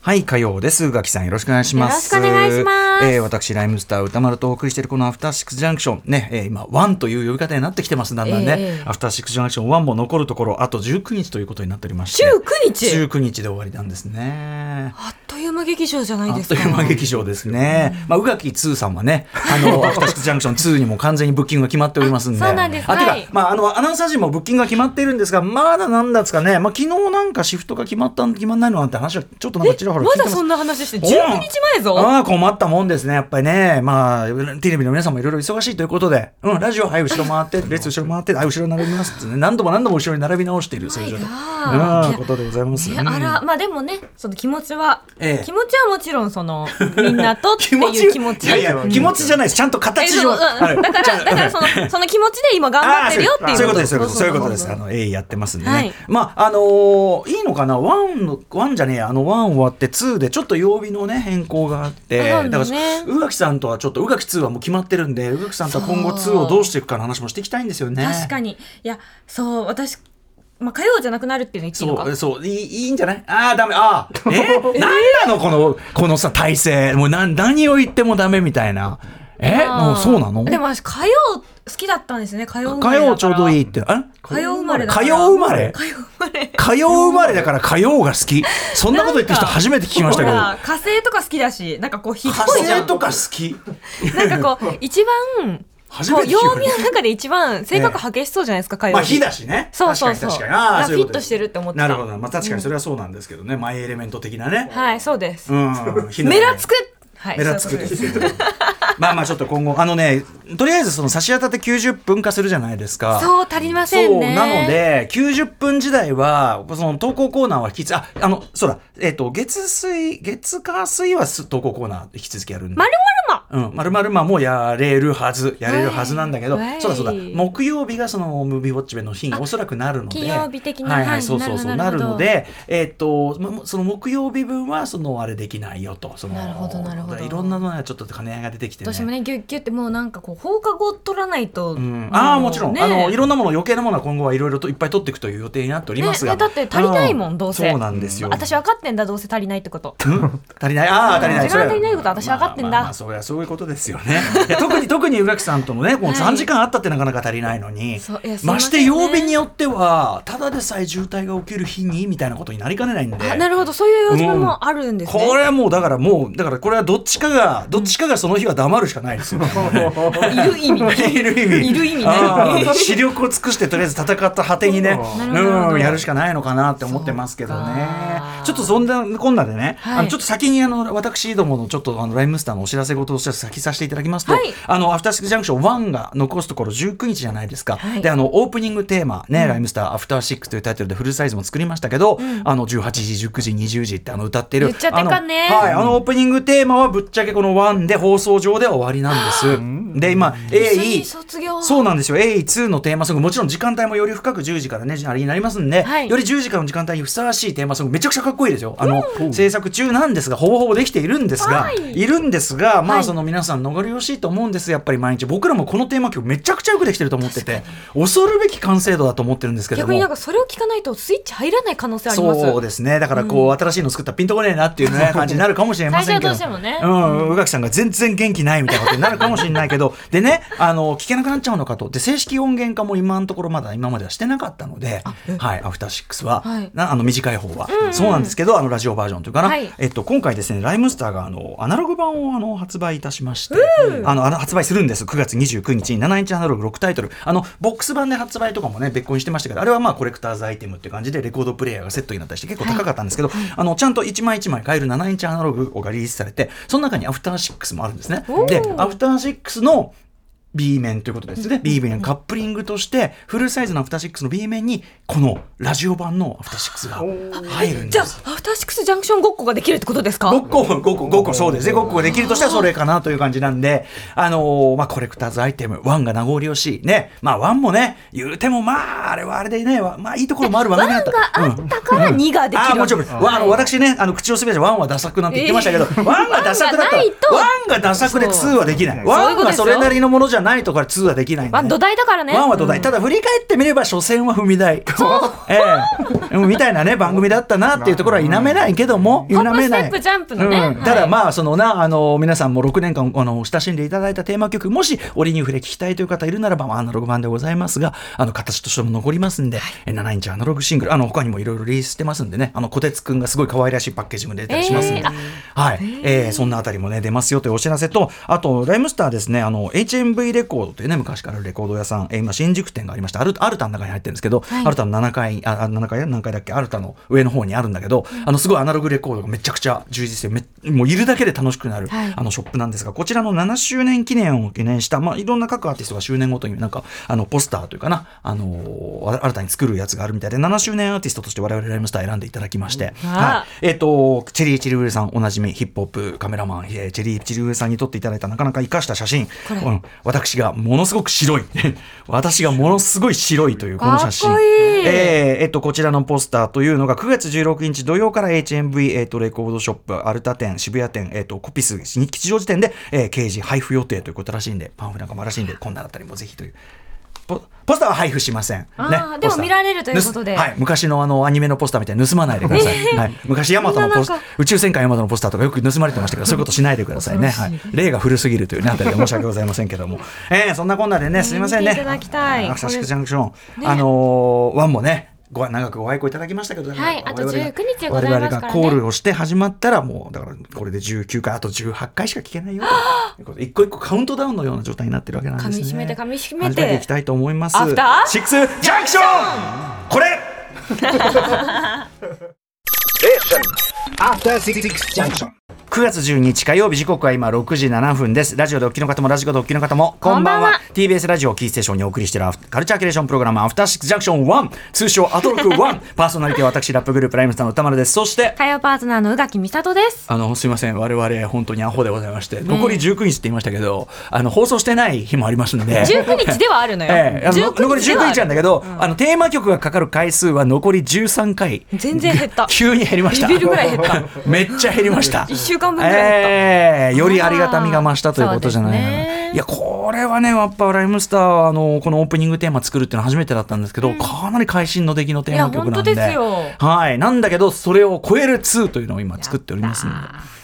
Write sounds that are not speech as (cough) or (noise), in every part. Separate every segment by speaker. Speaker 1: はい火曜ですガキさんよろしくお願いします
Speaker 2: よろしくお願いします
Speaker 1: えー私ライムスター歌丸とお送りしているこのアフターシックスジャンクションね、えー、今ワンという呼び方になってきてますだんだんね、
Speaker 2: ええ
Speaker 1: アフターシックスジャンクションワンも残るところあと19日ということになっておりまして
Speaker 2: 19日
Speaker 1: 19日で終わりなんですね
Speaker 2: あっという間劇場じゃない
Speaker 1: あ
Speaker 2: で
Speaker 1: っ
Speaker 2: すか
Speaker 1: という間劇場ですね。まあ、宇垣2さんはね、あ
Speaker 2: (laughs)
Speaker 1: の、アフターシックスジャンクション2にも完全にブッキングが決まっておりますんで。
Speaker 2: あそうなんです
Speaker 1: あ、て
Speaker 2: は
Speaker 1: か
Speaker 2: い、
Speaker 1: まあ、あの、アナウンサー陣もブッキングが決まっているんですが、まだなんだですかね。まあ、昨日なんかシフトが決まったん、決まんないのなんて話はちょっとなんかちらほら聞い
Speaker 2: ま
Speaker 1: てま
Speaker 2: だ
Speaker 1: す。
Speaker 2: そんな話して19
Speaker 1: うん
Speaker 2: 日前ぞ
Speaker 1: ああ、困ったもんですね。やっぱりね。まあ、テレビの皆さんもいろいろ忙しいということで、うん、ラジオ、はい、後ろ回って、列後ろ回って、はい、後ろ並びますってね、何度も何度も後ろに並び直している、そういう状
Speaker 2: 怖いな
Speaker 1: 態。うん、ことでございます。
Speaker 2: ねあらまあでもねその気持ちは、
Speaker 1: ええ
Speaker 2: 気持ちはもちろんそのみんなとって
Speaker 1: (laughs) 気
Speaker 2: い
Speaker 1: 持ち
Speaker 2: う気持ち
Speaker 1: いやいや、気持ちじゃないです。ちゃんと
Speaker 2: え
Speaker 1: 形
Speaker 2: そう
Speaker 1: 上。
Speaker 2: うん
Speaker 1: はい
Speaker 2: だから、だからその、その気持ちで今頑張ってるよっていう
Speaker 1: そういうことです、そういうことです。そういうことです。
Speaker 2: そ
Speaker 1: あ
Speaker 2: そ
Speaker 1: の、A やってますんで
Speaker 2: は
Speaker 1: ね
Speaker 2: い。
Speaker 1: まあ、あのー、いいのかなワンの、ワンじゃねえや、あの、ワン終わって2で、ちょっと曜日のね、変更があって、
Speaker 2: あなん
Speaker 1: だ
Speaker 2: だ
Speaker 1: か
Speaker 2: ね
Speaker 1: ら、宇垣さんとはちょっと、宇垣2はもう決まってるんで、宇垣さんとは今後2をどうしていくかの話もしていきたいんですよね。
Speaker 2: 確かに。いや、そう、私、まあ、火曜じゃなくなるっていうの言っていいの
Speaker 1: そ
Speaker 2: か
Speaker 1: う、そう、いい、いいんじゃないああ、ダメ、ああ、え
Speaker 2: (laughs)
Speaker 1: なんなのこの、このさ、体制。もう、な、何を言ってもダメみたいな。え
Speaker 2: あー
Speaker 1: もうそうなの
Speaker 2: でも私、火曜好きだったんですね。火曜生ま
Speaker 1: 火
Speaker 2: れだから
Speaker 1: 曜ちょうどいいって。あ
Speaker 2: 火曜生まれだか
Speaker 1: 火
Speaker 2: ら
Speaker 1: 曜生まれ
Speaker 2: 火曜生まれ。
Speaker 1: 火曜生まれだから火曜が好き。そんなこと言ってる人初めて聞きましたけど
Speaker 2: ほ。ら火星とか好きだし、なんかこう、火っ
Speaker 1: 火
Speaker 2: ぽいじゃ
Speaker 1: 星
Speaker 2: ん。
Speaker 1: とか好き。
Speaker 2: なんかこ
Speaker 1: (laughs)
Speaker 2: う、一番、
Speaker 1: 初
Speaker 2: こ
Speaker 1: め
Speaker 2: う
Speaker 1: て聞き
Speaker 2: 曜
Speaker 1: ま
Speaker 2: 日
Speaker 1: し
Speaker 2: の中で一番性格激しそうじゃないですか、火
Speaker 1: た。
Speaker 2: 曜
Speaker 1: まあ火だしね。
Speaker 2: そうそうそう
Speaker 1: 確かに確かに。あ
Speaker 2: だ
Speaker 1: あ、
Speaker 2: から
Speaker 1: そういうこと
Speaker 2: フ
Speaker 1: です
Speaker 2: ィットしてるって思ってた
Speaker 1: なるほど。まあ確かにそれはそうなんですけどね。マイエレメント的なね。
Speaker 2: はい、そうです
Speaker 1: う。
Speaker 2: (laughs)
Speaker 1: ん。火の
Speaker 2: メラつくはい、
Speaker 1: 目立つ
Speaker 2: そういうことです。
Speaker 1: く (laughs) まあまあちょっと今後あのねとりあえずその差し当たって90分化するじゃないですか
Speaker 2: そう、足りませんね。
Speaker 1: そうなの、で90分時代はその投稿コーナーは引きつああのそうだえっ、と月水月火水はす投稿コーナー引き続きやるんで。
Speaker 2: まるまるま。
Speaker 1: うん、まるまるまあもうやれるはずやれるはずなんだけど、
Speaker 2: はい
Speaker 1: そうだそうだ
Speaker 2: はい
Speaker 1: 木曜日がそのムービーウォッチメンの日におそらくなるので
Speaker 2: 金曜日的な
Speaker 1: はいは
Speaker 2: はいい
Speaker 1: そうそうそうな
Speaker 2: な
Speaker 1: る
Speaker 2: るほど
Speaker 1: のでえっとまその木曜日分はそのあれできないよとその
Speaker 2: なるほどなるほど
Speaker 1: いろんなのがちょっと兼ね合いが出てきてね
Speaker 2: 私もね、ぎゅっぎゅってもうなんかこう、放課後取らないと。
Speaker 1: うん、ああもちろん、
Speaker 2: ね
Speaker 1: あのいろんなもの余計なものは今後はいろいろといっぱい取っていくという予定になっておりますが、
Speaker 2: ねねだって足りないもんどうせ
Speaker 1: そうなんですよ、
Speaker 2: 私分かってんだどうせ足りないってこと
Speaker 1: うん (laughs) 足りないああ足りない
Speaker 2: 時間が足りないことは私分かってんだ
Speaker 1: まあまあまあそりゃそういうことですよねいや特に特に宇垣さんともねもう
Speaker 2: はい
Speaker 1: 3時間あったってなかなか足りないのに、
Speaker 2: そういやすい
Speaker 1: ま
Speaker 2: ま
Speaker 1: し
Speaker 2: せ
Speaker 1: て
Speaker 2: んね
Speaker 1: 曜日によってはただでさえ渋滞が起きる日にみたいなことになりかねないんで
Speaker 2: あなるほどそういう用事ももうあるんですね、
Speaker 1: これはもうだからもうだからこれはどっちかがどっちかがその日は黙るしかないですよ
Speaker 2: (laughs) いる意味
Speaker 1: (laughs) いる意味
Speaker 2: いる意味ね
Speaker 1: あー (laughs) 視力を尽くしてとりあえず戦った果てにね
Speaker 2: なるほど
Speaker 1: うんやるしかないのかなって思ってますけど
Speaker 2: そ
Speaker 1: ね
Speaker 2: っか
Speaker 1: ちょっとそんなこんなでね、
Speaker 2: はい
Speaker 1: あのちょっと先にあの私どものちょっとあのライムスターのお知らせ事をして先させていただきますと、
Speaker 2: はい
Speaker 1: あのアフターシックスジャンクション1が残すところ19日じゃないですか、
Speaker 2: はい
Speaker 1: であのオープニングテーマね、ライムスターアフターシックスというタイトルでフルサイズも作りましたけど、あの18時19時20時ってあの歌ってる
Speaker 2: 言っちゃってっかね
Speaker 1: あのはいあのオープニングテーマはぶっちゃけこの1で放送上では終わりなんです。で今 A
Speaker 2: 一緒に卒業
Speaker 1: そうなんですよ A2 のテーマソングもちろん時間帯もより深く10時からねあれになりますんで、
Speaker 2: はい
Speaker 1: より10時からの時間帯にふさわしいテーマソングめちゃくちゃかっこいいですよあの、制作中なんですがほぼほぼできているんですが、
Speaker 2: はい
Speaker 1: い、るんですがまあ
Speaker 2: はい
Speaker 1: その皆さん逃れ惜しいと思うんですやっぱり毎日僕らもこのテーマ曲めちゃくちゃよくできてると思ってて恐るべき完成度だと思ってるんですけれど
Speaker 2: 逆
Speaker 1: も
Speaker 2: になんかそれを聞かないとスイッチ入らない可能性あります
Speaker 1: そうですね。だからこう、新しいの作ったらピンとこねえなっていう
Speaker 2: (laughs)
Speaker 1: ね、感じになるかもしれませんけど。
Speaker 2: 最初はどうして
Speaker 1: うん、宇垣さんが全然元気ないみたいなことになるかもしれないけ
Speaker 2: (laughs)
Speaker 1: ど、でね、あの、聞けなくなっちゃうのかと。で、正式音源化も今のところまだ今まではしてなかったので、はい、アフターシックスは、
Speaker 2: はい
Speaker 1: なあの、短い方は、そうなんですけど、あの、ラジオバージョンというかな、
Speaker 2: はい
Speaker 1: えっと、今回ですね、ライムスターが、あの、アナログ版を、あの、発売いたしまして、あの、あの発売するんです。9月29日に7インチアナログ6タイトル。あの、ボックス版で発売とかもね、別個にしてましたけど、あれはまあ、コレクターズアイテムっていう感じで、レコードプレイヤーがセットになったりして、結構高かったんですけど、あの、ちゃんと1枚1枚買える7インチアナログがリリースされて、その中にアフターシックスもあるんですね
Speaker 2: お。ー
Speaker 1: で、アフターシックスの、B 面ということですね。B 面カップリングとして、フルサイズのアフターシックスの B 面に、このラジオ版のアフターシックスが入るんです。
Speaker 2: じゃあアフターシックスジャンクションごっこができるってことですか
Speaker 1: ごっこ、ごっこ、ごっこ、そうですね。ごっこができるとしたらそれかなという感じなんで、あのーまあ、コレクターズアイテム、ワンが名残惜しい。ね。まあ、ワンもね、言うても、まあ、あれはあれでね、わまあ、いいところもあるわな
Speaker 2: 1
Speaker 1: と
Speaker 2: があったから2ができる、
Speaker 1: あーもちろん、わあの私ねあの口を滑らせワンはダサくなんて言ってましたけど、ワンがダサくだったら
Speaker 2: ワンがないと
Speaker 1: ワンがダサくでツーはできない
Speaker 2: そう
Speaker 1: ワンがそれなりのものじゃないとこれ2はできないんで
Speaker 2: まあ土台だからね
Speaker 1: ワンは土台、ただ振り返ってみれば所詮は踏み台、ええ、みたいなね番組だったなっていうところは否めないけども否
Speaker 2: ホップ
Speaker 1: め
Speaker 2: ステ
Speaker 1: な
Speaker 2: ッ
Speaker 1: い
Speaker 2: プ。ジャンプのね、
Speaker 1: うん、ただまあそのなあの皆さんも6年間あの親しんでいただいたテーマ曲もし折に触れ聞きたいという方いるならばまあアナログ版でございますがあの形としても残りますんで、え7インチアナログシングルあの他にもいろいろリリースしてますんでねあの小鉄くんがすごい可愛らしいパッケージも出たりしますんで、
Speaker 2: えーあ
Speaker 1: はい、えーそんなあたりもね出ますよというお知らせとあとライムスターですねあの HMV レコードというね昔からあるレコード屋さん、えー今新宿店がありましたアルアルタの中に入ってるんですけど、アルタの7階ああ7階何階だっけアルタの上の方にあるんだけど、あのすごいアナログレコードがめちゃくちゃ充実してめもういるだけで楽しくなる、
Speaker 2: はい
Speaker 1: あのショップなんですがこちらの7周年記念を記念した、まあ、いろんな各アーティストが周年ごとになんかあのポスターというかな、あのーあ新たに作るやつがあるみたいで7周年アーティストとして我々ライムスター選んでいただきまして、
Speaker 2: わあ
Speaker 1: はい、えっ、と、チェリー・チリウエさん、おなじみ、ヒップホップカメラマン、えーチェリー・チリウエさんに撮っていただいた、なかなか生かした写真、うん私がものすごく白い、 (laughs) 私がものすごい白いという、この写真。
Speaker 2: かっこいい
Speaker 1: えーえっと、こちらのポスターというのが、9月16日土曜から HMV、えっと、レコードショップ、アルタ店、渋谷店、えっと、コピス、吉祥寺店で、えー、掲示、配布予定ということらしいんで、パンフなんかもらしいんで、こんなだったりもぜひという。ポポスターは配布しません。ね
Speaker 2: あー、でも
Speaker 1: ポスター
Speaker 2: 見られるということで
Speaker 1: 盗はい、昔のあのアニメのポスターみたいに盗まないでください。はい、昔ヤマトのポス
Speaker 2: そんな中
Speaker 1: 宇宙戦艦ヤマトのポスターとかよく盗まれてましたけど、そういうことしないでくださいね。はい、例が古すぎるというねあたりで申し訳ございませんけども、えー、そんなこんなでね、すみませんね。
Speaker 2: 見ていただきたい
Speaker 1: あアクサシックジャンクション、あのーワンもね。ご長くご愛顧いただきましたけど、
Speaker 2: はいあと
Speaker 1: 我々が
Speaker 2: 19日でございますから
Speaker 1: 我々が
Speaker 2: ね
Speaker 1: コールをして始まったらもうだからこれで19回あと18回しか聞けないよということで一個一個カウントダウンのような状態になってるわけなんですね。
Speaker 2: 噛み締めて噛み締め
Speaker 1: 始
Speaker 2: て
Speaker 1: めていきたいと思います。
Speaker 2: アフター
Speaker 1: シックスジャンクションこれ (laughs)
Speaker 3: After Six Junction.
Speaker 1: 9月12日火曜日時刻は今6時7分ですラジオでお聞きの方もラジコでお聞きの方もこんばんは
Speaker 2: こんばんは
Speaker 1: TBS ラジオをキーステーションにお送りしているアフカルチャーキュレーションプログラムアフターシックスジャンクション1通称アトロク1 (laughs) パーソナリティは私ラップグループライムスターの歌丸ですそして
Speaker 2: 火曜パートナーの宇垣美里です
Speaker 1: あのすいません我々本当にアホでございまして残り19日って言いましたけど、あの放送してない日もありますんで
Speaker 2: 19日ではあるのよ、
Speaker 1: ええ、あの残り
Speaker 2: ではあ
Speaker 1: 19
Speaker 2: る
Speaker 1: 日なんだけど、あのテーマ曲がかかる回数は残り13回
Speaker 2: 全然減った
Speaker 1: 急に減りました
Speaker 2: ビビるぐらい減った
Speaker 1: (laughs) めっちゃ減りました
Speaker 2: 一週間分ぐらい減った
Speaker 1: ええよりありがたみが増したということじゃないかな、
Speaker 2: そうですね
Speaker 1: いやこれはねやっぱライムスターはあのこのオープニングテーマ作るっていうのは初めてだったんですけど、かなり会心の出来のテーマ曲なんで
Speaker 2: いや本当です
Speaker 1: はいなんだけどそれを超える2というのを今作っておりますんで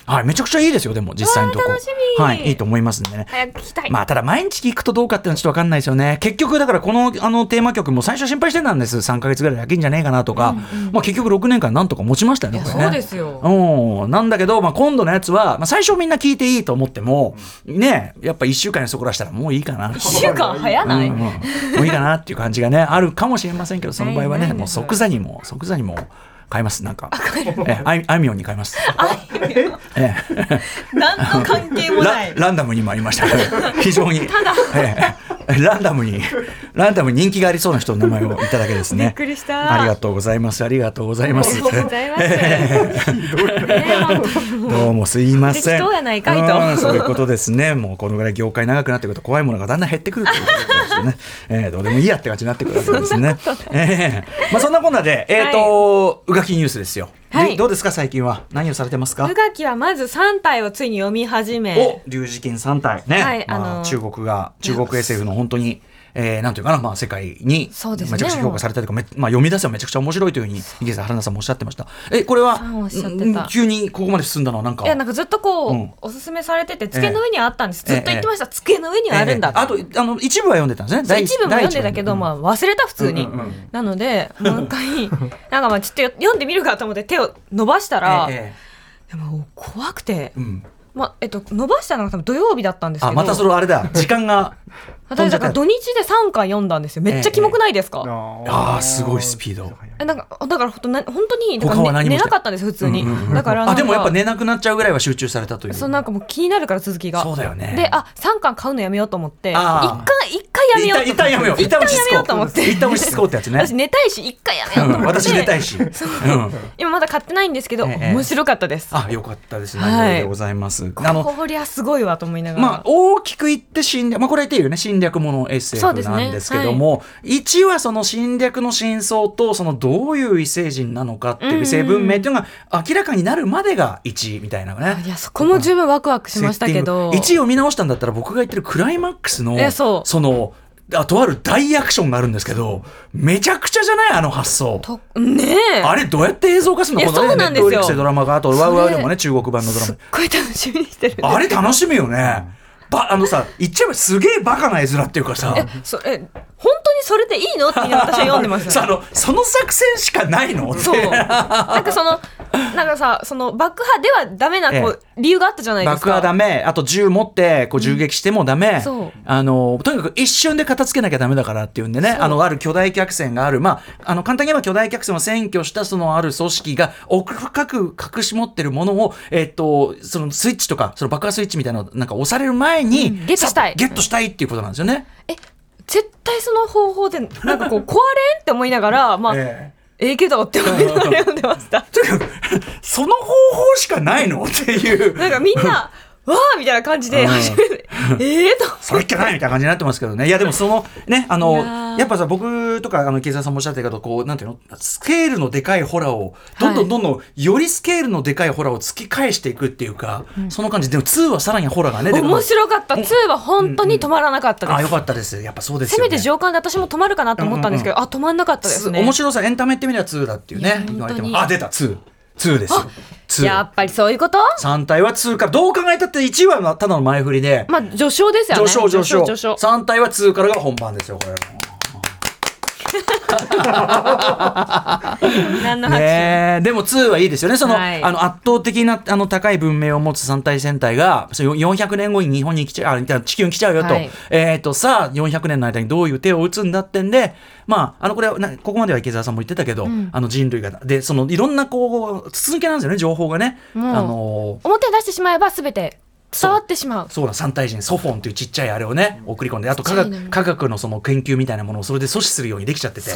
Speaker 1: はいめちゃくちゃいいですよでも実際のとこ
Speaker 2: うわー楽しみ
Speaker 1: はいいいと思いますんでね
Speaker 2: 早く聞きたい、
Speaker 1: まあただ毎日聞くとどうかっていうのはちょっとわかんないですよね。結局だからこのあのテーマ曲も最初心配してたんです。3ヶ月ぐらいだけんじゃねえかなとか、まあ結局6年間なんとか持ちましたよね。これね
Speaker 2: そうですよ
Speaker 1: うん。なんだけど、まあ今度のやつは、まあ最初みんな聞いていいと思っても、ねえ、やっぱ1週間にそこら (laughs) したらもういいかな。
Speaker 2: 一週間早ない、
Speaker 1: うんうんもういいかなっていう感じがねあるかもしれませんけどその場合は
Speaker 2: ない
Speaker 1: ね
Speaker 2: ない
Speaker 1: もう即座にもう即座にもう買いますなんかえあいあいみょんに買いますええ
Speaker 4: 何の関係もな
Speaker 1: ラ
Speaker 4: い。
Speaker 1: ランダムにもありましたけ
Speaker 2: (laughs)
Speaker 1: ど非常にええランダムにランダムに人気がありそうな人の名前をいただけですねびっ
Speaker 2: くりした
Speaker 1: ありがとうございますありがとうございます
Speaker 2: ありがとう (laughs) ございます (laughs) ね本当に
Speaker 1: (laughs) どうもすいません。
Speaker 2: 適当やないかいと
Speaker 1: うんそういうことですね。もうこのぐらい業界長くなってくると怖いものがだんだん減ってくるということですよね。えー、どうでもいいやって感じになってくるわけですね。えーまあそんなこんなで、えっ、と、うがきニュースですよ。で
Speaker 2: はい
Speaker 1: どうですか最近は何をされてますか
Speaker 2: 宇。垣はまず3体をついに読み始め
Speaker 1: お、龍神金三体ね。
Speaker 2: はい
Speaker 1: まあ
Speaker 2: あの
Speaker 1: 中国が中国 SF の本当に。えー、なんていうかな、まあ、世界にめち
Speaker 2: そう
Speaker 1: ゃく
Speaker 2: です
Speaker 1: ち
Speaker 2: ね
Speaker 1: ゃ評価されたりとか、めまあ、読み出せばめちゃくちゃ面白いというふうに池田春菜さんもおっしゃってましたえこれは
Speaker 2: あおっしゃってた
Speaker 1: うん急にここまで進んだのはなんか
Speaker 2: いやなんかずっとこう、
Speaker 1: うん
Speaker 2: おすすめされてて机の上にはあったんです、
Speaker 1: ええ
Speaker 2: ずっと言ってました、机の上にはあるんだ
Speaker 1: ええあとあの一部は読んでたんですね
Speaker 2: そう
Speaker 1: 第
Speaker 2: 一部も
Speaker 1: 第
Speaker 2: 読んでたけど、
Speaker 1: 部
Speaker 2: まあ、忘れた普通に、
Speaker 1: うんうんうん
Speaker 2: なのでもう一
Speaker 1: (laughs)
Speaker 2: 回なんかまあちょっとよ読んでみるかと思って手を伸ばしたら、
Speaker 1: ええ
Speaker 2: でも怖くて、
Speaker 1: うん
Speaker 2: まあえっと、伸ばしたのが多分土曜日だったんですけ
Speaker 1: あ
Speaker 2: ど
Speaker 1: またそれあれだ時間が飛ん
Speaker 2: 私
Speaker 1: じゃ
Speaker 2: だ
Speaker 1: っ
Speaker 2: か
Speaker 1: た
Speaker 2: ら土日で3回読んだんですよめっちゃキモくないですか、
Speaker 1: ああすごいスピード
Speaker 2: えなんかだからほんとな本当にだか
Speaker 1: 他は
Speaker 2: ら、
Speaker 1: 何
Speaker 2: ね、
Speaker 1: もして
Speaker 2: 寝なかったんです普通に、だからなん
Speaker 1: あ
Speaker 2: か
Speaker 1: でもやっぱ寝なくなっちゃうぐらいは集中されたという
Speaker 2: そうなんかもう気になるから続きが
Speaker 1: そうだよね
Speaker 2: であ3巻買うのやめようと思って一
Speaker 1: あ
Speaker 2: 回
Speaker 1: ー
Speaker 2: 一回やめようと思って
Speaker 1: 一旦一旦やめよう
Speaker 2: 一旦やめようと思って
Speaker 1: 一旦落ち着こうってやつね
Speaker 2: 私寝たいし一回やめようと思って
Speaker 1: 私寝たいし、うん、
Speaker 2: 今まだ買ってないんですけど、
Speaker 1: ええ
Speaker 2: 面白かったです。
Speaker 1: あよかったですね、
Speaker 2: はい
Speaker 1: ありがとうございますあの
Speaker 2: こりゃすごいわと思いながら。
Speaker 1: まあ大きく言って死んでまあこれ言っていいよね死ん侵略もの SF
Speaker 2: そうですね
Speaker 1: なんですけども、1はその侵略の真相とそのどういう異星人なのかっていう異星文明っていうのが明らかになるまでが1みたいなね。
Speaker 2: いやそこも十分ワクワクしましたけど
Speaker 1: 1位を見直したんだったら僕が言ってるクライマックスの
Speaker 2: えそう
Speaker 1: のあとある大アクションがあるんですけどめちゃくちゃじゃないあの発想。
Speaker 2: とねえ
Speaker 1: あれどうやって映像化するの
Speaker 2: え
Speaker 1: この
Speaker 2: そう
Speaker 1: ネ
Speaker 2: なん
Speaker 1: ッ
Speaker 2: で
Speaker 1: トフ
Speaker 2: すよ
Speaker 1: リックスでドラマがあとワウワウ
Speaker 2: そ
Speaker 1: で
Speaker 2: れ
Speaker 1: もね中国版のドラ
Speaker 2: す
Speaker 1: マ
Speaker 2: っごい楽しみにしてるんです
Speaker 1: あれ楽しみよね。ばあのさ言っちゃえばすげえバカな絵面っていうかさ。
Speaker 2: そえ本当にそれでいいのって今私は読んでまし
Speaker 1: さあ
Speaker 2: た
Speaker 1: のその作戦しかないのって
Speaker 2: そうなんかそのなんかさその爆破ではダメなこう、理由があったじゃないですか
Speaker 1: 爆破ダメあと銃持ってこう銃撃してもダメ、
Speaker 2: そう
Speaker 1: あのとにかく一瞬で片付けなきゃダメだからっていうんでねあのある巨大客船がある、まあ、あの簡単に言えば巨大客船を占拠したそのある組織が奥深く隠し持ってるものを、えっとそのスイッチとかその爆破スイッチみたいなのをなんか押される前に、
Speaker 2: うんゲットしたい
Speaker 1: さゲットしたいっていうことなんですよね。
Speaker 2: え絶対その方法でなんかこう壊れんって思いなが (laughs) らまあ、え
Speaker 1: ええ
Speaker 2: えけどって思いながら読んで (laughs) ました
Speaker 1: とにかくその方法しかないの (laughs) っていう。
Speaker 2: なんかみんな (laughs) わーみたいな感じ
Speaker 1: う
Speaker 2: で
Speaker 1: ん
Speaker 2: 初め (laughs) て、ええと
Speaker 1: それっきゃないみたいな感じになってますけどね。いや、でもその、ね、あ
Speaker 2: い
Speaker 1: の、
Speaker 2: や
Speaker 1: や
Speaker 2: ー
Speaker 1: っぱさ、僕とか、あの、池澤さんもおっしゃってたけど、こう、なんていうの、スケールのでかいホラーを、どんどんどんどん、よりスケールのでかいホラーを突き返していくっていうか、その感じ。でも、2はさらにホラーがね、出て
Speaker 2: 面
Speaker 1: ます
Speaker 2: 白かった2は本当に止まらなかったです、
Speaker 1: あ、よかったです。やっぱそうです
Speaker 2: せ
Speaker 1: よ
Speaker 2: め
Speaker 1: ね。
Speaker 2: て上官で私も止まるかなと思ったんですけど、あ止まんなかったですね
Speaker 1: 面白さ、エンタメってみれば2だっていう
Speaker 2: いや
Speaker 1: ね
Speaker 2: 本、当に
Speaker 1: 言われても。あ、出た、2。2ですよ。2。
Speaker 2: やっぱりそういうこと
Speaker 1: 3体は2から、どう考えたって1話はただの前振りで、
Speaker 2: まあ序章ですよね
Speaker 1: 上昇上昇
Speaker 2: 序章
Speaker 1: 3体は2からが本番ですよ、これは。
Speaker 2: 何の話、
Speaker 1: ねえでも2はいいですよねその,、
Speaker 2: はい
Speaker 1: あの圧倒的なあの高い文明を持つ三体戦隊がその400年後に日本に来ちゃうあ地球に来ちゃうよと,、
Speaker 2: はい
Speaker 1: えー、とさあ400年の間にどういう手を打つんだってんで、まあ、あのこれはなここまでは池澤さんも言ってたけど、あの人類がでそのいろんなこう筒抜けなんですよね情報がね。あ
Speaker 2: もう
Speaker 1: の
Speaker 2: 表に出してしまえば全て伝わってしまう
Speaker 1: そうだ三体人ソフォンというちっちゃいあれをね送り込んであと科
Speaker 2: ちっちゃい
Speaker 1: 学
Speaker 2: の
Speaker 1: 科学のその研究みたいなものをそれで阻止するようにできちゃってて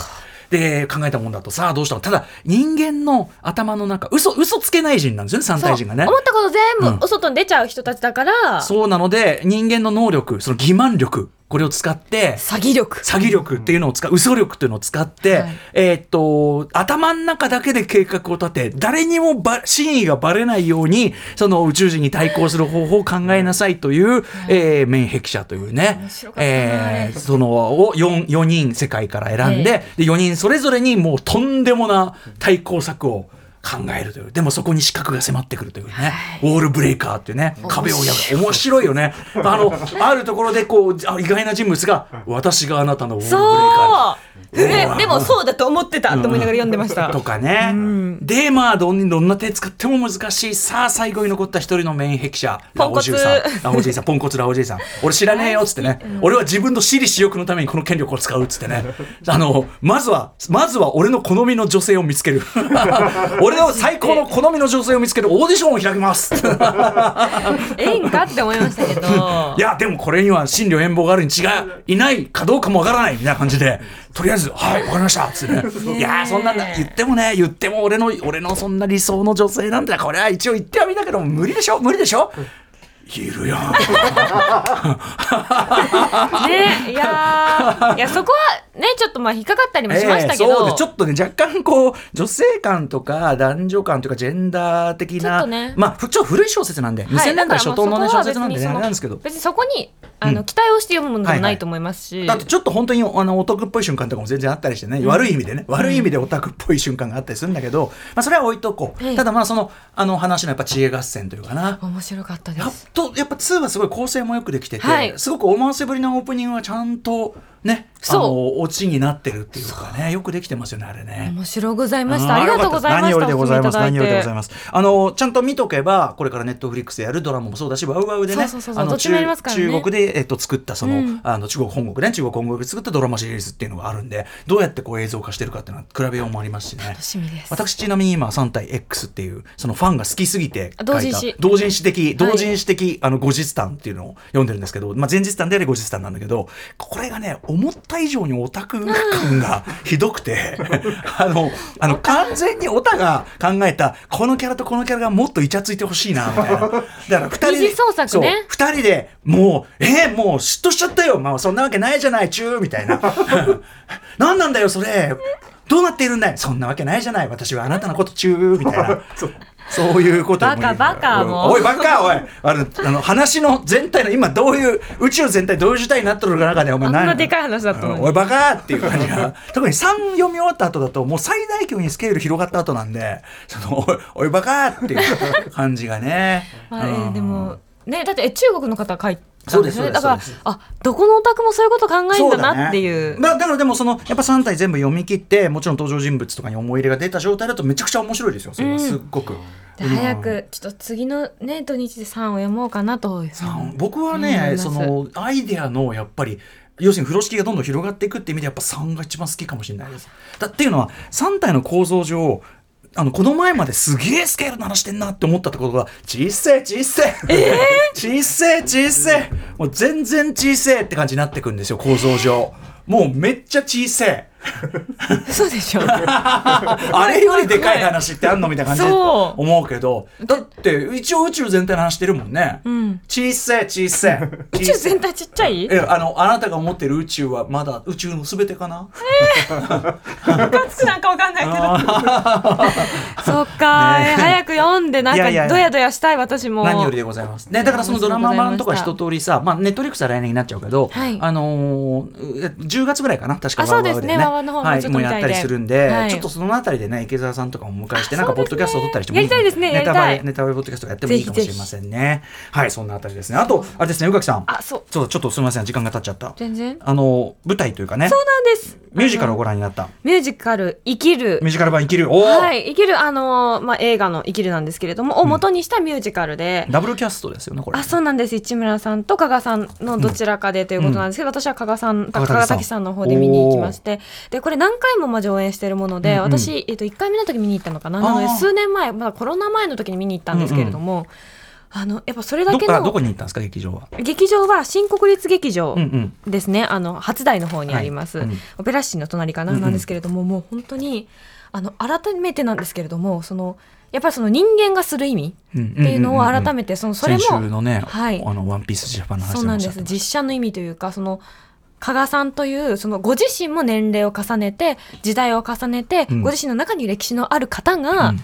Speaker 1: で考えたもんだとさあどうしたのただ人間の頭の中嘘嘘つけない人なんですよね三
Speaker 2: そう
Speaker 1: 体人がね
Speaker 2: 思ったこと
Speaker 1: う
Speaker 2: 全
Speaker 1: ん
Speaker 2: 部お外に出ちゃう人たちだから、
Speaker 1: そうなので人間の能力その欺瞞力これを使って
Speaker 2: 詐欺力
Speaker 1: 詐欺力っていうのを使う、嘘力っていうのを使って、
Speaker 2: はい
Speaker 1: えーっと、頭の中だけで計画を立て、誰にもば真意がバレないように、その宇宙人に対抗する方法を考えなさいという、えー免疫者というね
Speaker 2: 白、かったな
Speaker 1: えーそのを 4, 4人世界から選んで,、で、4人それぞれにもうとんでもな対抗策を考えるという。でもそこに資格が迫ってくるというね。ウォールブレイカーっていうね、壁を破る。面白いよね。あの、あるところでこう、あ意外な人物が、私があなたのウォールブレイカー
Speaker 2: そ
Speaker 1: で
Speaker 2: うえでもそうだと思ってたと思いながら読んでました、
Speaker 1: とかね。で、まあどん、どんな手使っても難しい。さあ、最後に残った一人の免疫者、ラ
Speaker 2: ポン
Speaker 1: オ
Speaker 2: コ
Speaker 1: ジュ
Speaker 2: ツ
Speaker 1: ウさん。ラオジェイさん、ポンコツラオジェイさん。俺知らねえよっつってね。俺は自分の私利私欲のためにこの権力を使うっつってね。あの、まずは、まずは俺の好みの女性を見つける。 (laughs) 俺の最高の好みの女性を見つけるオーディションを開きます。
Speaker 2: ええんかって思いましたけど
Speaker 1: いや、でもこれには真両遠望があるに違い、いないかどうかもわからないみたいな感じで、とりあえず、はい、わかりました、つってね。いやー、そんなん言ってもね、言っても俺の、俺のそんな理想の女性なんて、これは一応言ってはみたけど、無理でしょ無理でしょいるやん。
Speaker 2: ねいや
Speaker 1: (laughs)
Speaker 2: ーいやそこはねちょっとまあ引っかかったりもしましたけ
Speaker 1: ええそう
Speaker 2: ど、
Speaker 1: でちょっとね若干こう女性感とか男女感とかジェンダー的
Speaker 2: ちょっ
Speaker 1: な、
Speaker 2: とね
Speaker 1: まあふちょっと古い小説なんで、
Speaker 2: はい
Speaker 1: 2000年代初頭のね
Speaker 2: だから
Speaker 1: 小
Speaker 2: まあ
Speaker 1: 説なんでね
Speaker 2: そ
Speaker 1: あれ
Speaker 2: こは
Speaker 1: なんですけど
Speaker 2: 別にそこにあの期待をして読むものでもないと思いますし、
Speaker 1: だってちょっと本当にあのオタクっぽい瞬間とかも全然あったりしてね、悪い意味でね悪い意味でオタクっぽい瞬間があったりするんだけど、まあ、それは置いとこう、
Speaker 2: ええ
Speaker 1: ただまあそのあの話のやっぱ知恵合戦というかな。
Speaker 2: 面白かったで
Speaker 1: やっ
Speaker 2: す
Speaker 1: とやっぱ2はすごい構成もよくできてて、
Speaker 2: はい
Speaker 1: すごく思わせぶりなオープニングはちゃんとねあ
Speaker 2: そう
Speaker 1: のオチになってるっていうかねよくできてますよねあれね。
Speaker 2: 面白ございましたありがとうございまし
Speaker 1: 何よ
Speaker 2: た
Speaker 1: りでございます。
Speaker 2: お勧
Speaker 1: 何
Speaker 2: め
Speaker 1: よりでご
Speaker 2: た
Speaker 1: ざい
Speaker 2: だ
Speaker 1: ます。あの、ちゃんと見とけば、これからネットフリックスでやるドラマもそうだし、ワウワウでね、
Speaker 2: そうそうそうそう
Speaker 1: あの
Speaker 2: どっちもやりますからね
Speaker 1: 中中国で、えっと、作った、その、
Speaker 2: うん
Speaker 1: あの、中国本国ね、中国本国で作ったドラマシリーズっていうのがあるんで、どうやってこう映像化してるかっていうのは比べようもありますしね
Speaker 2: 楽。しみです
Speaker 1: 私ちなみに今3体 X っていうそのファンが好きすぎて書いた
Speaker 2: 同人誌
Speaker 1: 同人誌的
Speaker 2: はい
Speaker 1: 同人誌的、あの後日談っていうのを読んでるんですけど、まあ、前日談であれ後日談なんだけどこれがね思った以上にオタク感がひどくて (laughs) あのあの完全にオタが考えたこのキャラとこのキャラがもっとイチャついてほしいなみたいなだから二人
Speaker 2: 二次創作ね
Speaker 1: そう二人でもうえーもう嫉妬しちゃったよ、まあ、そんなわけないじゃないチューみたい
Speaker 2: (laughs)
Speaker 1: な何なんだよそれどうなっているんだいそんなわけないじゃない私はあなたのことチューみたいなそういうことを思いながら
Speaker 2: バカバカ
Speaker 1: うん
Speaker 2: もう
Speaker 1: おいバカおいあのあの話の全体の今どういう宇宙全体どういう事態になってるか中でお
Speaker 2: あ
Speaker 1: 前
Speaker 2: ん
Speaker 1: 何
Speaker 2: なでかい話だったの
Speaker 1: おい
Speaker 2: に。
Speaker 1: バカっていう感じが (laughs) 特に3読み終わった後だともう最大級にスケール広がった後なんでそのおいおいバカっていう感じがね
Speaker 2: ま (laughs) あえ
Speaker 1: う
Speaker 2: ー
Speaker 1: ん
Speaker 2: でもねだってえ中国の方が書いた
Speaker 1: そうんで
Speaker 2: ですすよね。
Speaker 1: そ
Speaker 2: だ
Speaker 1: うです
Speaker 2: から
Speaker 1: そうです
Speaker 2: あどこのオタクもそういうこと考えん
Speaker 1: そ
Speaker 2: だ
Speaker 1: うだね
Speaker 2: なっていう。
Speaker 1: だだからでもそのやっぱ3体全部読み切ってもちろん登場人物とかに思い入れが出た状態だとめちゃくちゃ面白いですよそれはすっごく。
Speaker 2: で早くちょっと次のね土日で三を読もうかなと。
Speaker 1: 三僕は
Speaker 2: うん思い
Speaker 1: ね、
Speaker 2: ます
Speaker 1: そのアイデアのやっぱり要するに風呂敷がどんどん広がっていくって意味でやっぱ3が一番好きかもしれないです。だっていうのは3体の構造上あのこの前まですげえスケールの話してんなって思ったところが「ちっせえちっせえ、ちっせえちっせえもう全然ちっせえ」って感じになってくんですよ構造上。もうめっちゃちっせえ
Speaker 2: (laughs) そうで
Speaker 1: (laughs)
Speaker 2: しょ。
Speaker 1: あれよりでかい話ってあんのみたいな感じで
Speaker 2: そう
Speaker 1: 思うけどだって一応宇宙全体の話してるもんね。
Speaker 2: うん。
Speaker 1: ちっせえちっせえ
Speaker 2: (laughs) 宇宙全体ちっちゃい？
Speaker 1: えあのあなたが思ってる宇宙はまだ宇宙のすべてかな、
Speaker 2: かつくなんかわかんないけ
Speaker 1: あ
Speaker 2: ど。 (laughs) そっか。
Speaker 1: ね
Speaker 2: え早く読んでなん
Speaker 1: いやいやいや
Speaker 2: かドヤドヤしたい私も。
Speaker 1: ー何よりでございますねだからそのドラマ版とか一通りさまあネットリックスは来年になっちゃうけど、
Speaker 2: はい
Speaker 1: あのー、え10月ぐらいかな確か
Speaker 2: あそうですね
Speaker 1: ワワ
Speaker 2: ワワ
Speaker 1: で
Speaker 2: の
Speaker 1: ね
Speaker 2: 方も
Speaker 1: はい
Speaker 2: ちょっ
Speaker 1: も
Speaker 2: と
Speaker 1: うやったりするんで、
Speaker 2: 見たいで
Speaker 1: ちょっとそのあたりでね池澤さんとかもお迎えして
Speaker 2: あ
Speaker 1: なんかポ
Speaker 2: そ
Speaker 1: ッド
Speaker 2: うです
Speaker 1: キ
Speaker 2: ね
Speaker 1: ャストを撮ったりして
Speaker 2: やりたいですね
Speaker 1: ネタバ
Speaker 2: やり
Speaker 1: レ
Speaker 2: たい
Speaker 1: ネタバレポッドキャストやってもいいかもしれませんねはいそんなあたりですねあとあれですね宇垣さん
Speaker 2: あそう
Speaker 1: そうだちょっとすみません時間が経っちゃった
Speaker 2: 全然。
Speaker 1: あの舞台というかね
Speaker 2: そうなんです。
Speaker 1: ミュージカルをご覧になった
Speaker 2: ミュージカル生きる
Speaker 1: ミュージカル版生きるおー、
Speaker 2: はい、生きる、あのーまあ、映画の生きるなんですけれども、を元にしたミュージカルで。
Speaker 1: ダブルキャストですよねこれ
Speaker 2: あ、そうなんです。市村さんと加賀さんのどちらかでということなんですけど、私は加賀さん、
Speaker 1: 加賀
Speaker 2: 加
Speaker 1: さん
Speaker 2: 賀崎さんの方で見に行きまして。で、これ何回もまあ上演してるもので、
Speaker 1: うんうん
Speaker 2: 私、えっと、一回目の時見に行ったのかな。なので
Speaker 1: あー、
Speaker 2: 数年前、まだコロナ前の時に見に行ったんですけれども。あの、やっぱそれだ
Speaker 1: どっ
Speaker 2: け
Speaker 1: からど
Speaker 2: の。
Speaker 1: こに行ったんですか劇場は。
Speaker 2: 劇場は新国立劇場。
Speaker 1: うんうん。
Speaker 2: ですねあの初台の方にあります、
Speaker 1: はいうん
Speaker 2: オペラシティの隣かな
Speaker 1: うんうん
Speaker 2: なんですけれども、もう本当にあの改めてなんですけれどもそのやっぱりその人間がする意味
Speaker 1: うん
Speaker 2: っていうのを
Speaker 1: んんん
Speaker 2: 改めてそのそれも
Speaker 1: 先週のね、
Speaker 2: はい
Speaker 1: あのワンピースジャパンの話
Speaker 2: そうなんです
Speaker 1: 実
Speaker 2: 実写の意味というかその加賀さんというそのご自身も年齢を重ねて時代を重ねて、
Speaker 1: うん
Speaker 2: ご自身の中に歴史のある方が、
Speaker 1: うん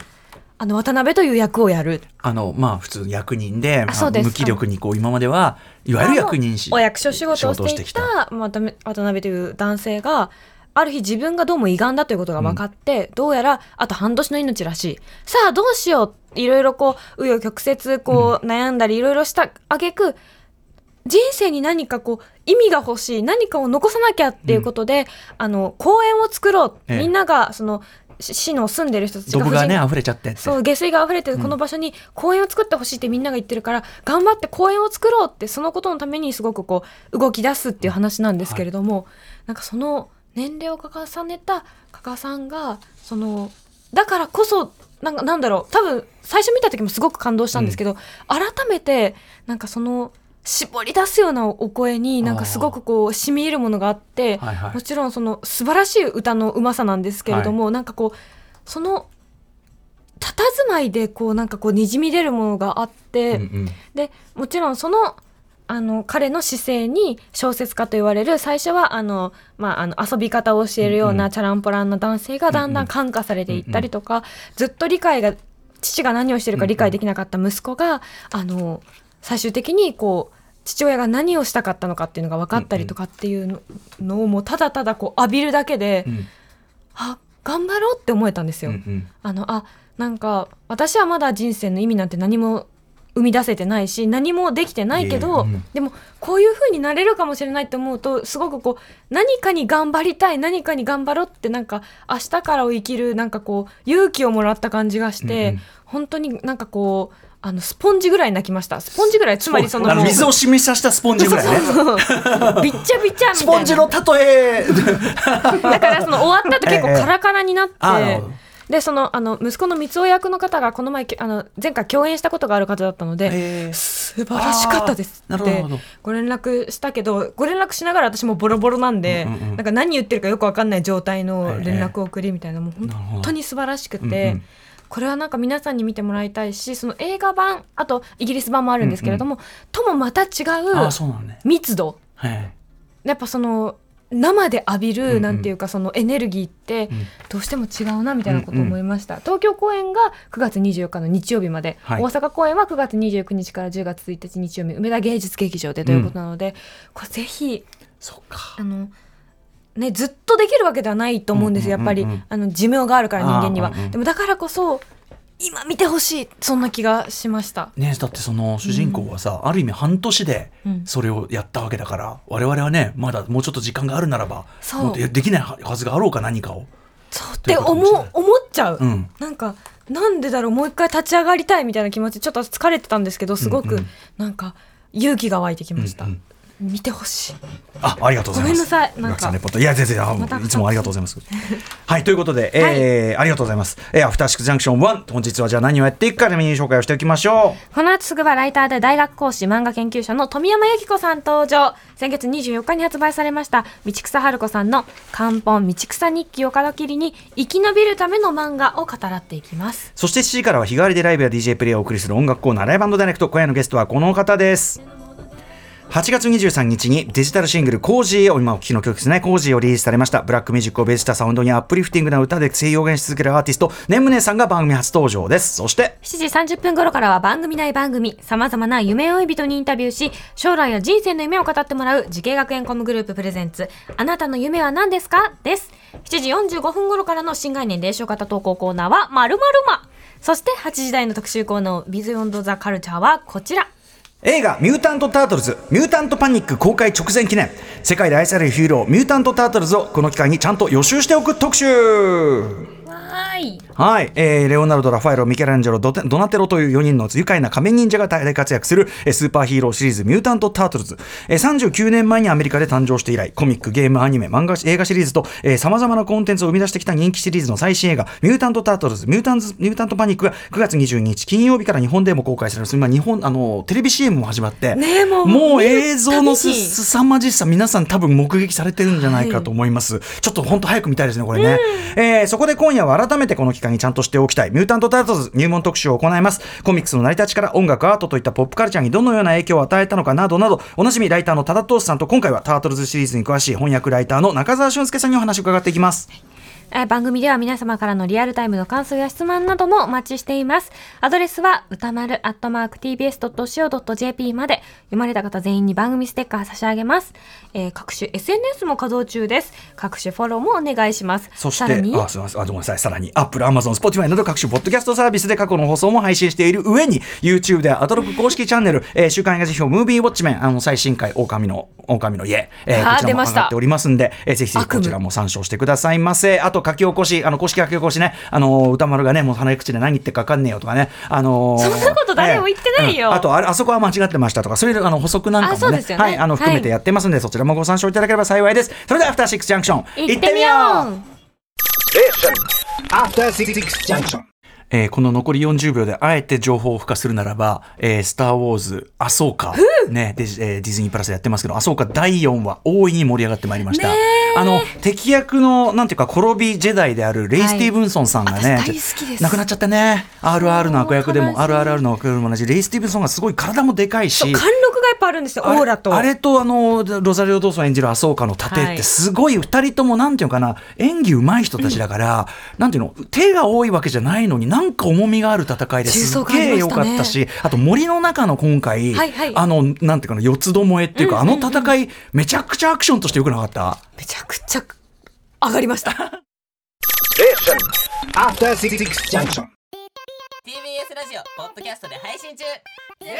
Speaker 2: あの渡辺という役をやる
Speaker 1: あのまあ普通役人で、まあ
Speaker 2: そうです
Speaker 1: 無気力にこう今まではいわゆる役人し
Speaker 2: お役所仕事を
Speaker 1: 仕事をし
Speaker 2: して
Speaker 1: き
Speaker 2: てき
Speaker 1: た
Speaker 2: たまあ渡辺という男性がある日自分がどうも胃がんだということが分かって、どうやらあと半年の命らしいさあどうしよういろいろこう紆余曲折こう悩んだりいろいろした挙句人生に何かこう意味が欲しい何かを残さなきゃっていうことで、あの公園を作ろう、
Speaker 1: ええ
Speaker 2: みんながそのし市の住んでる人たち
Speaker 1: ド
Speaker 2: が
Speaker 1: ブ
Speaker 2: 婦
Speaker 1: が
Speaker 2: 人
Speaker 1: ね溢れちゃってって
Speaker 2: そう下水が溢れてるこの場所に公園を作ってほしいってみんなが言ってるから、頑張って公園を作ろうってそのことのためにすごくこう動き出すっていう話なんですけれども、なんかその年齢を重ねた加賀さんがそのだからこそなんかなんだろう多分最初見た時もすごく感動したんですけど、改めてなんかその絞り出すようなお声になんかすごくこう染み入るものがあって。
Speaker 1: はいはい
Speaker 2: も。ちろんその素晴らしい歌のうまさなんですけれども、なんかこうその佇まいでこうなんかこうにじみ出るものがあって、
Speaker 1: うんうん
Speaker 2: でもちろんそのあの彼の姿勢に小説家と言われる最初はあの、まあ、あの遊び方を教えるよう
Speaker 1: うんう
Speaker 2: なんチャランポランな男性がだんだ
Speaker 1: うんうん
Speaker 2: ん感化されていったりとか、ずっと理解が父が何をしてるか理解できなかった息子が、あの最終的にこう父親が何をしたかったのかっていうのが分かったりとかっていうののをもうただただこう浴びるだけで、
Speaker 1: うん
Speaker 2: あ頑張ろうって思えたんです
Speaker 1: う
Speaker 2: よ。
Speaker 1: んうん
Speaker 2: あのあなんか私はまだ人生の意味なんて何も生み出せてないし何もできてないけど、
Speaker 1: いえいえうん
Speaker 2: でもこういう風になれるかもしれないって思うとすごくこう何かに頑張りたい何かに頑張ろうってなんか明日からを生きるなんかこう勇気をもらった感じがして、
Speaker 1: うんうん
Speaker 2: 本当になんかこうあのスポンジぐらい泣きましたスポンジぐらいつまりその
Speaker 1: あの
Speaker 2: もう
Speaker 1: 水を染みさせたスポンジぐらいね。
Speaker 2: そう
Speaker 1: (laughs)
Speaker 2: そうびっちゃびちゃみたいな
Speaker 1: スポンジの例
Speaker 2: (laughs)
Speaker 1: え。、
Speaker 2: だからその終わった後結構カラカラになって
Speaker 1: あなるほど
Speaker 2: でそのあの息子の三尾役の方がこの前きあの前回共演したことがある方だったので、
Speaker 1: えー
Speaker 2: す素晴らしかったです
Speaker 1: あー
Speaker 2: っ
Speaker 1: なる
Speaker 2: て
Speaker 1: ほど
Speaker 2: ご連絡したけどご連絡しながら私もボロボロなんで、
Speaker 1: うんうんうん
Speaker 2: なんか何言ってるかよく分かんない状態の連絡を送りみたいなもう
Speaker 1: なるほど
Speaker 2: 本当に素晴らしくて、
Speaker 1: うんうん
Speaker 2: これはなんか皆さんに見てもらいたいしその映画版あとイギリス版もあるんですけれども、ともまた違
Speaker 1: あ
Speaker 2: う
Speaker 1: あそうなのね
Speaker 2: 密度
Speaker 1: はい
Speaker 2: やっぱその生で浴び
Speaker 1: うんう
Speaker 2: る
Speaker 1: ん
Speaker 2: なんていうかそのエネルギーって
Speaker 1: うん
Speaker 2: どうしても違うなみたいなことを思いました、東京公演が9月24日の日曜日まで、
Speaker 1: はい
Speaker 2: 大阪公演は9月29日から10月1日日曜日梅田芸術劇場でということなので、これぜひ
Speaker 1: そっか
Speaker 2: あの、ね、ずっとできるわけではないと思うんですよやっぱり、
Speaker 1: うんうんうんうん
Speaker 2: あの寿命があるから人間には、
Speaker 1: あーうんうん
Speaker 2: でもだからこそ今見てほしいそんな気がしました。
Speaker 1: ねだってその主人公はさ、ある意味半年で
Speaker 2: うん
Speaker 1: それをやったわけだから、我々はねまだもうちょっと時間があるならば
Speaker 2: そう
Speaker 1: もっとできないはずがあろうか何かを
Speaker 2: そうっ
Speaker 1: とい
Speaker 2: て
Speaker 1: うこと
Speaker 2: 思
Speaker 1: かもしれないう
Speaker 2: 思っちゃう、
Speaker 1: うん
Speaker 2: なんかなんでだろうもう一回立ち上がりたいみたいな気持ちちょっと疲れてたんですけどすご
Speaker 1: うんう
Speaker 2: く
Speaker 1: ん
Speaker 2: なんか勇気が湧いてきました、
Speaker 1: うん
Speaker 2: 見てほしい
Speaker 1: あありがとうございます
Speaker 2: ごめんなさいなん
Speaker 1: 岩
Speaker 2: か
Speaker 1: 木さんレポートいや全然あ
Speaker 2: また
Speaker 1: いつもありがとうございますはいということで、えーありがとうございます、えー、アフターシックスジャンクション1本日はじゃあ何をやっていくかでメニュー紹介をしておきましょう
Speaker 2: この後すぐはライターで大学講師漫画研究者の富山由紀子さん登場先月24日に発売されました道草春子さんの「漢本道草日記を皮切りに生き延びるための漫画」を語らっていきます
Speaker 1: そして7時からは日替わりでライブや DJ プレイをお送りする音楽コーナーライブダイレクト今夜のゲストはこの方です8月23日にデジタルシングル「コージー」を今お聴きの曲ですね「コージー」をリリースされましたブラックミュージックをベースしたサウンドにアップリフティングな歌で性表現し続けるアーティストネムネさんが番組初登場ですそして
Speaker 2: 7時30分頃からは番組内番組、様々な夢追い人にインタビューし、将来や人生の夢を語ってもらう、慈恵学園コムグループプレゼンツ、あなたの夢は何ですかです。7時45分頃からの新概念霊障型投稿コーナーは、まるまるま。そして8時台の特集コーナー、ビズヨンドザカルチャーはこちら。
Speaker 1: 映画「ミュータント・タートルズ」「ミュータント・パニック」公開直前記念世界で愛されるヒーローミュータント・タートルズをこの機会にちゃんと予習しておく特集
Speaker 4: わーい。
Speaker 1: はい、えーレオナルド、ラファエロ、ミケランジェロ、ドテドナテロという4人の愉快な仮面忍者が大活躍するえースーパーヒーローシリーズ、ミュータント・タートルズ、えー39年前にアメリカで誕生して以来、コミック、ゲーム、アニメ、漫画、映画シリーズと、さまざまなコンテンツを生み出してきた人気シリーズの最新映画、ミュータント・タートルズ、ミュータンズミュータント・パニックが9月22日、金曜日から日本でも公開されます。今、日本、あの、テレビ CM も始まって、
Speaker 2: ねえもう
Speaker 1: 映像のす
Speaker 2: 見るたびに
Speaker 1: 凄まじさ、皆さん多分目撃されてるんじゃないかと思います。ちょっと本当早く見たいですね、これね。えーそこで今夜は改めてこの期間にちゃんとしておきたい、ミュータント・タートルズ入門特集を行います。コミックスの成り立ちから音楽、アートといったポップカルチャーにどのような影響を与えたのかなどなど、おなじみライターの多田投資さんと今回はタートルズシリーズに詳しい翻訳ライターの中澤俊介さんにお話を伺っていきます。
Speaker 2: えー番組では皆様からのリアルタイムの感想や質問などもお待ちしています。アドレスは歌丸アットマーク tbs.co.jp まで読まれた方全員に番組ステッカー差し上げます。えー各種 SNS も稼働中です。各種フォローもお願いします。
Speaker 1: そして、
Speaker 2: さ
Speaker 1: あ、
Speaker 2: ら
Speaker 1: す
Speaker 2: に
Speaker 1: みません、あ、ごめんなさい。さらに、Apple、Amazon、Spotify など各種ポッドキャストサービスで過去の放送も配信している上に、YouTube ではアトロック公式チャンネル、 (laughs) えー週刊映画辞表、ムービーウォッチメン、あの、最新回、狼の、狼の家、え
Speaker 2: あー
Speaker 1: ー、こち
Speaker 2: 出
Speaker 1: らも
Speaker 2: ま
Speaker 1: 上
Speaker 2: した
Speaker 1: がっておりますんで、えーぜひぜひ
Speaker 2: 悪夢
Speaker 1: こちらも参照してくださいませ。あと、書き起こし、あの、公式書き起こしね、あのー、歌丸がね、もう鼻口で何言ってるか分かんねえよとかね、あのー
Speaker 2: そんなこと誰も言ってないよ
Speaker 1: えーうんあと、あれあそこは間違ってましたとか、そういう、あの、補足なんか
Speaker 2: あ
Speaker 1: も
Speaker 2: そう
Speaker 1: ね、
Speaker 2: ですよね
Speaker 1: はい、あの、含めてやってますんで、そちらもご参照いただければ幸いです。それでは、アフターシックスジャンクション、
Speaker 2: 行ってみよう
Speaker 3: After Six Junction.
Speaker 1: えーこの残り40秒であえて情報を付加するならば「えースター・ウォーズ」「アソーカ」ねで、えーディズニープラスでやってますけど「アソーカ」第4話大いに盛り上がってまいりました。あの敵役のなんていうか転びジェダイであるレイ・
Speaker 2: はい
Speaker 1: スティーブンソンさんがね、
Speaker 2: 私大好きです
Speaker 1: 亡くなっちゃったね RR の悪役でも
Speaker 2: 悲しい
Speaker 1: RRR の悪役でも同じレイ・スティーブンソンがすごい体もでかい
Speaker 2: そう
Speaker 1: し
Speaker 2: 貫禄がやっぱあるんですよ、オ
Speaker 1: あれ
Speaker 2: ーラと。
Speaker 1: あれとあのロザリオ・ドーソン演じるアソーカの盾っ
Speaker 2: は
Speaker 1: て
Speaker 2: い
Speaker 1: すごい二人ともなんていうのかな演技うまい人たちだから、なんていうの手が多いわけじゃないのになんか重みがある戦いで
Speaker 2: 重
Speaker 1: すっ
Speaker 2: 層感じ
Speaker 1: げえ
Speaker 2: ま
Speaker 1: 良
Speaker 2: したね
Speaker 1: かったしあと森の中の今回、
Speaker 2: はいはい
Speaker 1: あのなんていうかな四つどもえっていうか、あの戦いめちゃくちゃアクションとして良くなかった。
Speaker 2: めちゃくちゃ上がりました。
Speaker 3: After Six Junction.
Speaker 5: TBS ラジオポッドキャストで配信中ゼ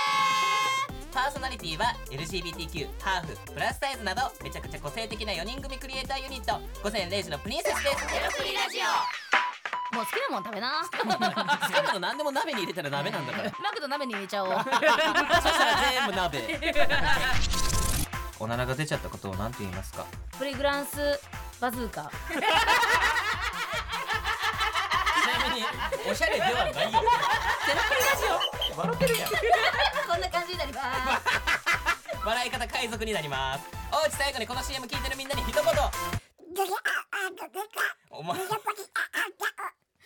Speaker 5: ロプリラジオ聞くことできるパーソナリティは LGBTQ ハーフプラスサイズなどめちゃくちゃ個性的な4人組クリエイターユニット午前0時のプリンセスですゼロプリラジ
Speaker 6: もう好きなもん食べな。
Speaker 5: オ好きなの何でも鍋に入れたら鍋なんだ (laughs) から
Speaker 6: マクド鍋に入れち
Speaker 2: (laughs)
Speaker 6: ゃおう。
Speaker 5: そしたら全部鍋おならが出ちゃったことを何て言いますか
Speaker 2: (laughs)
Speaker 6: プリグランスバズーカ。
Speaker 5: ちなみにおしゃれではないよ笑ってるやん
Speaker 7: こんな感じになります
Speaker 5: 笑い方海賊になりますおうち最後にこの CM 聞いてるみんなに一言お前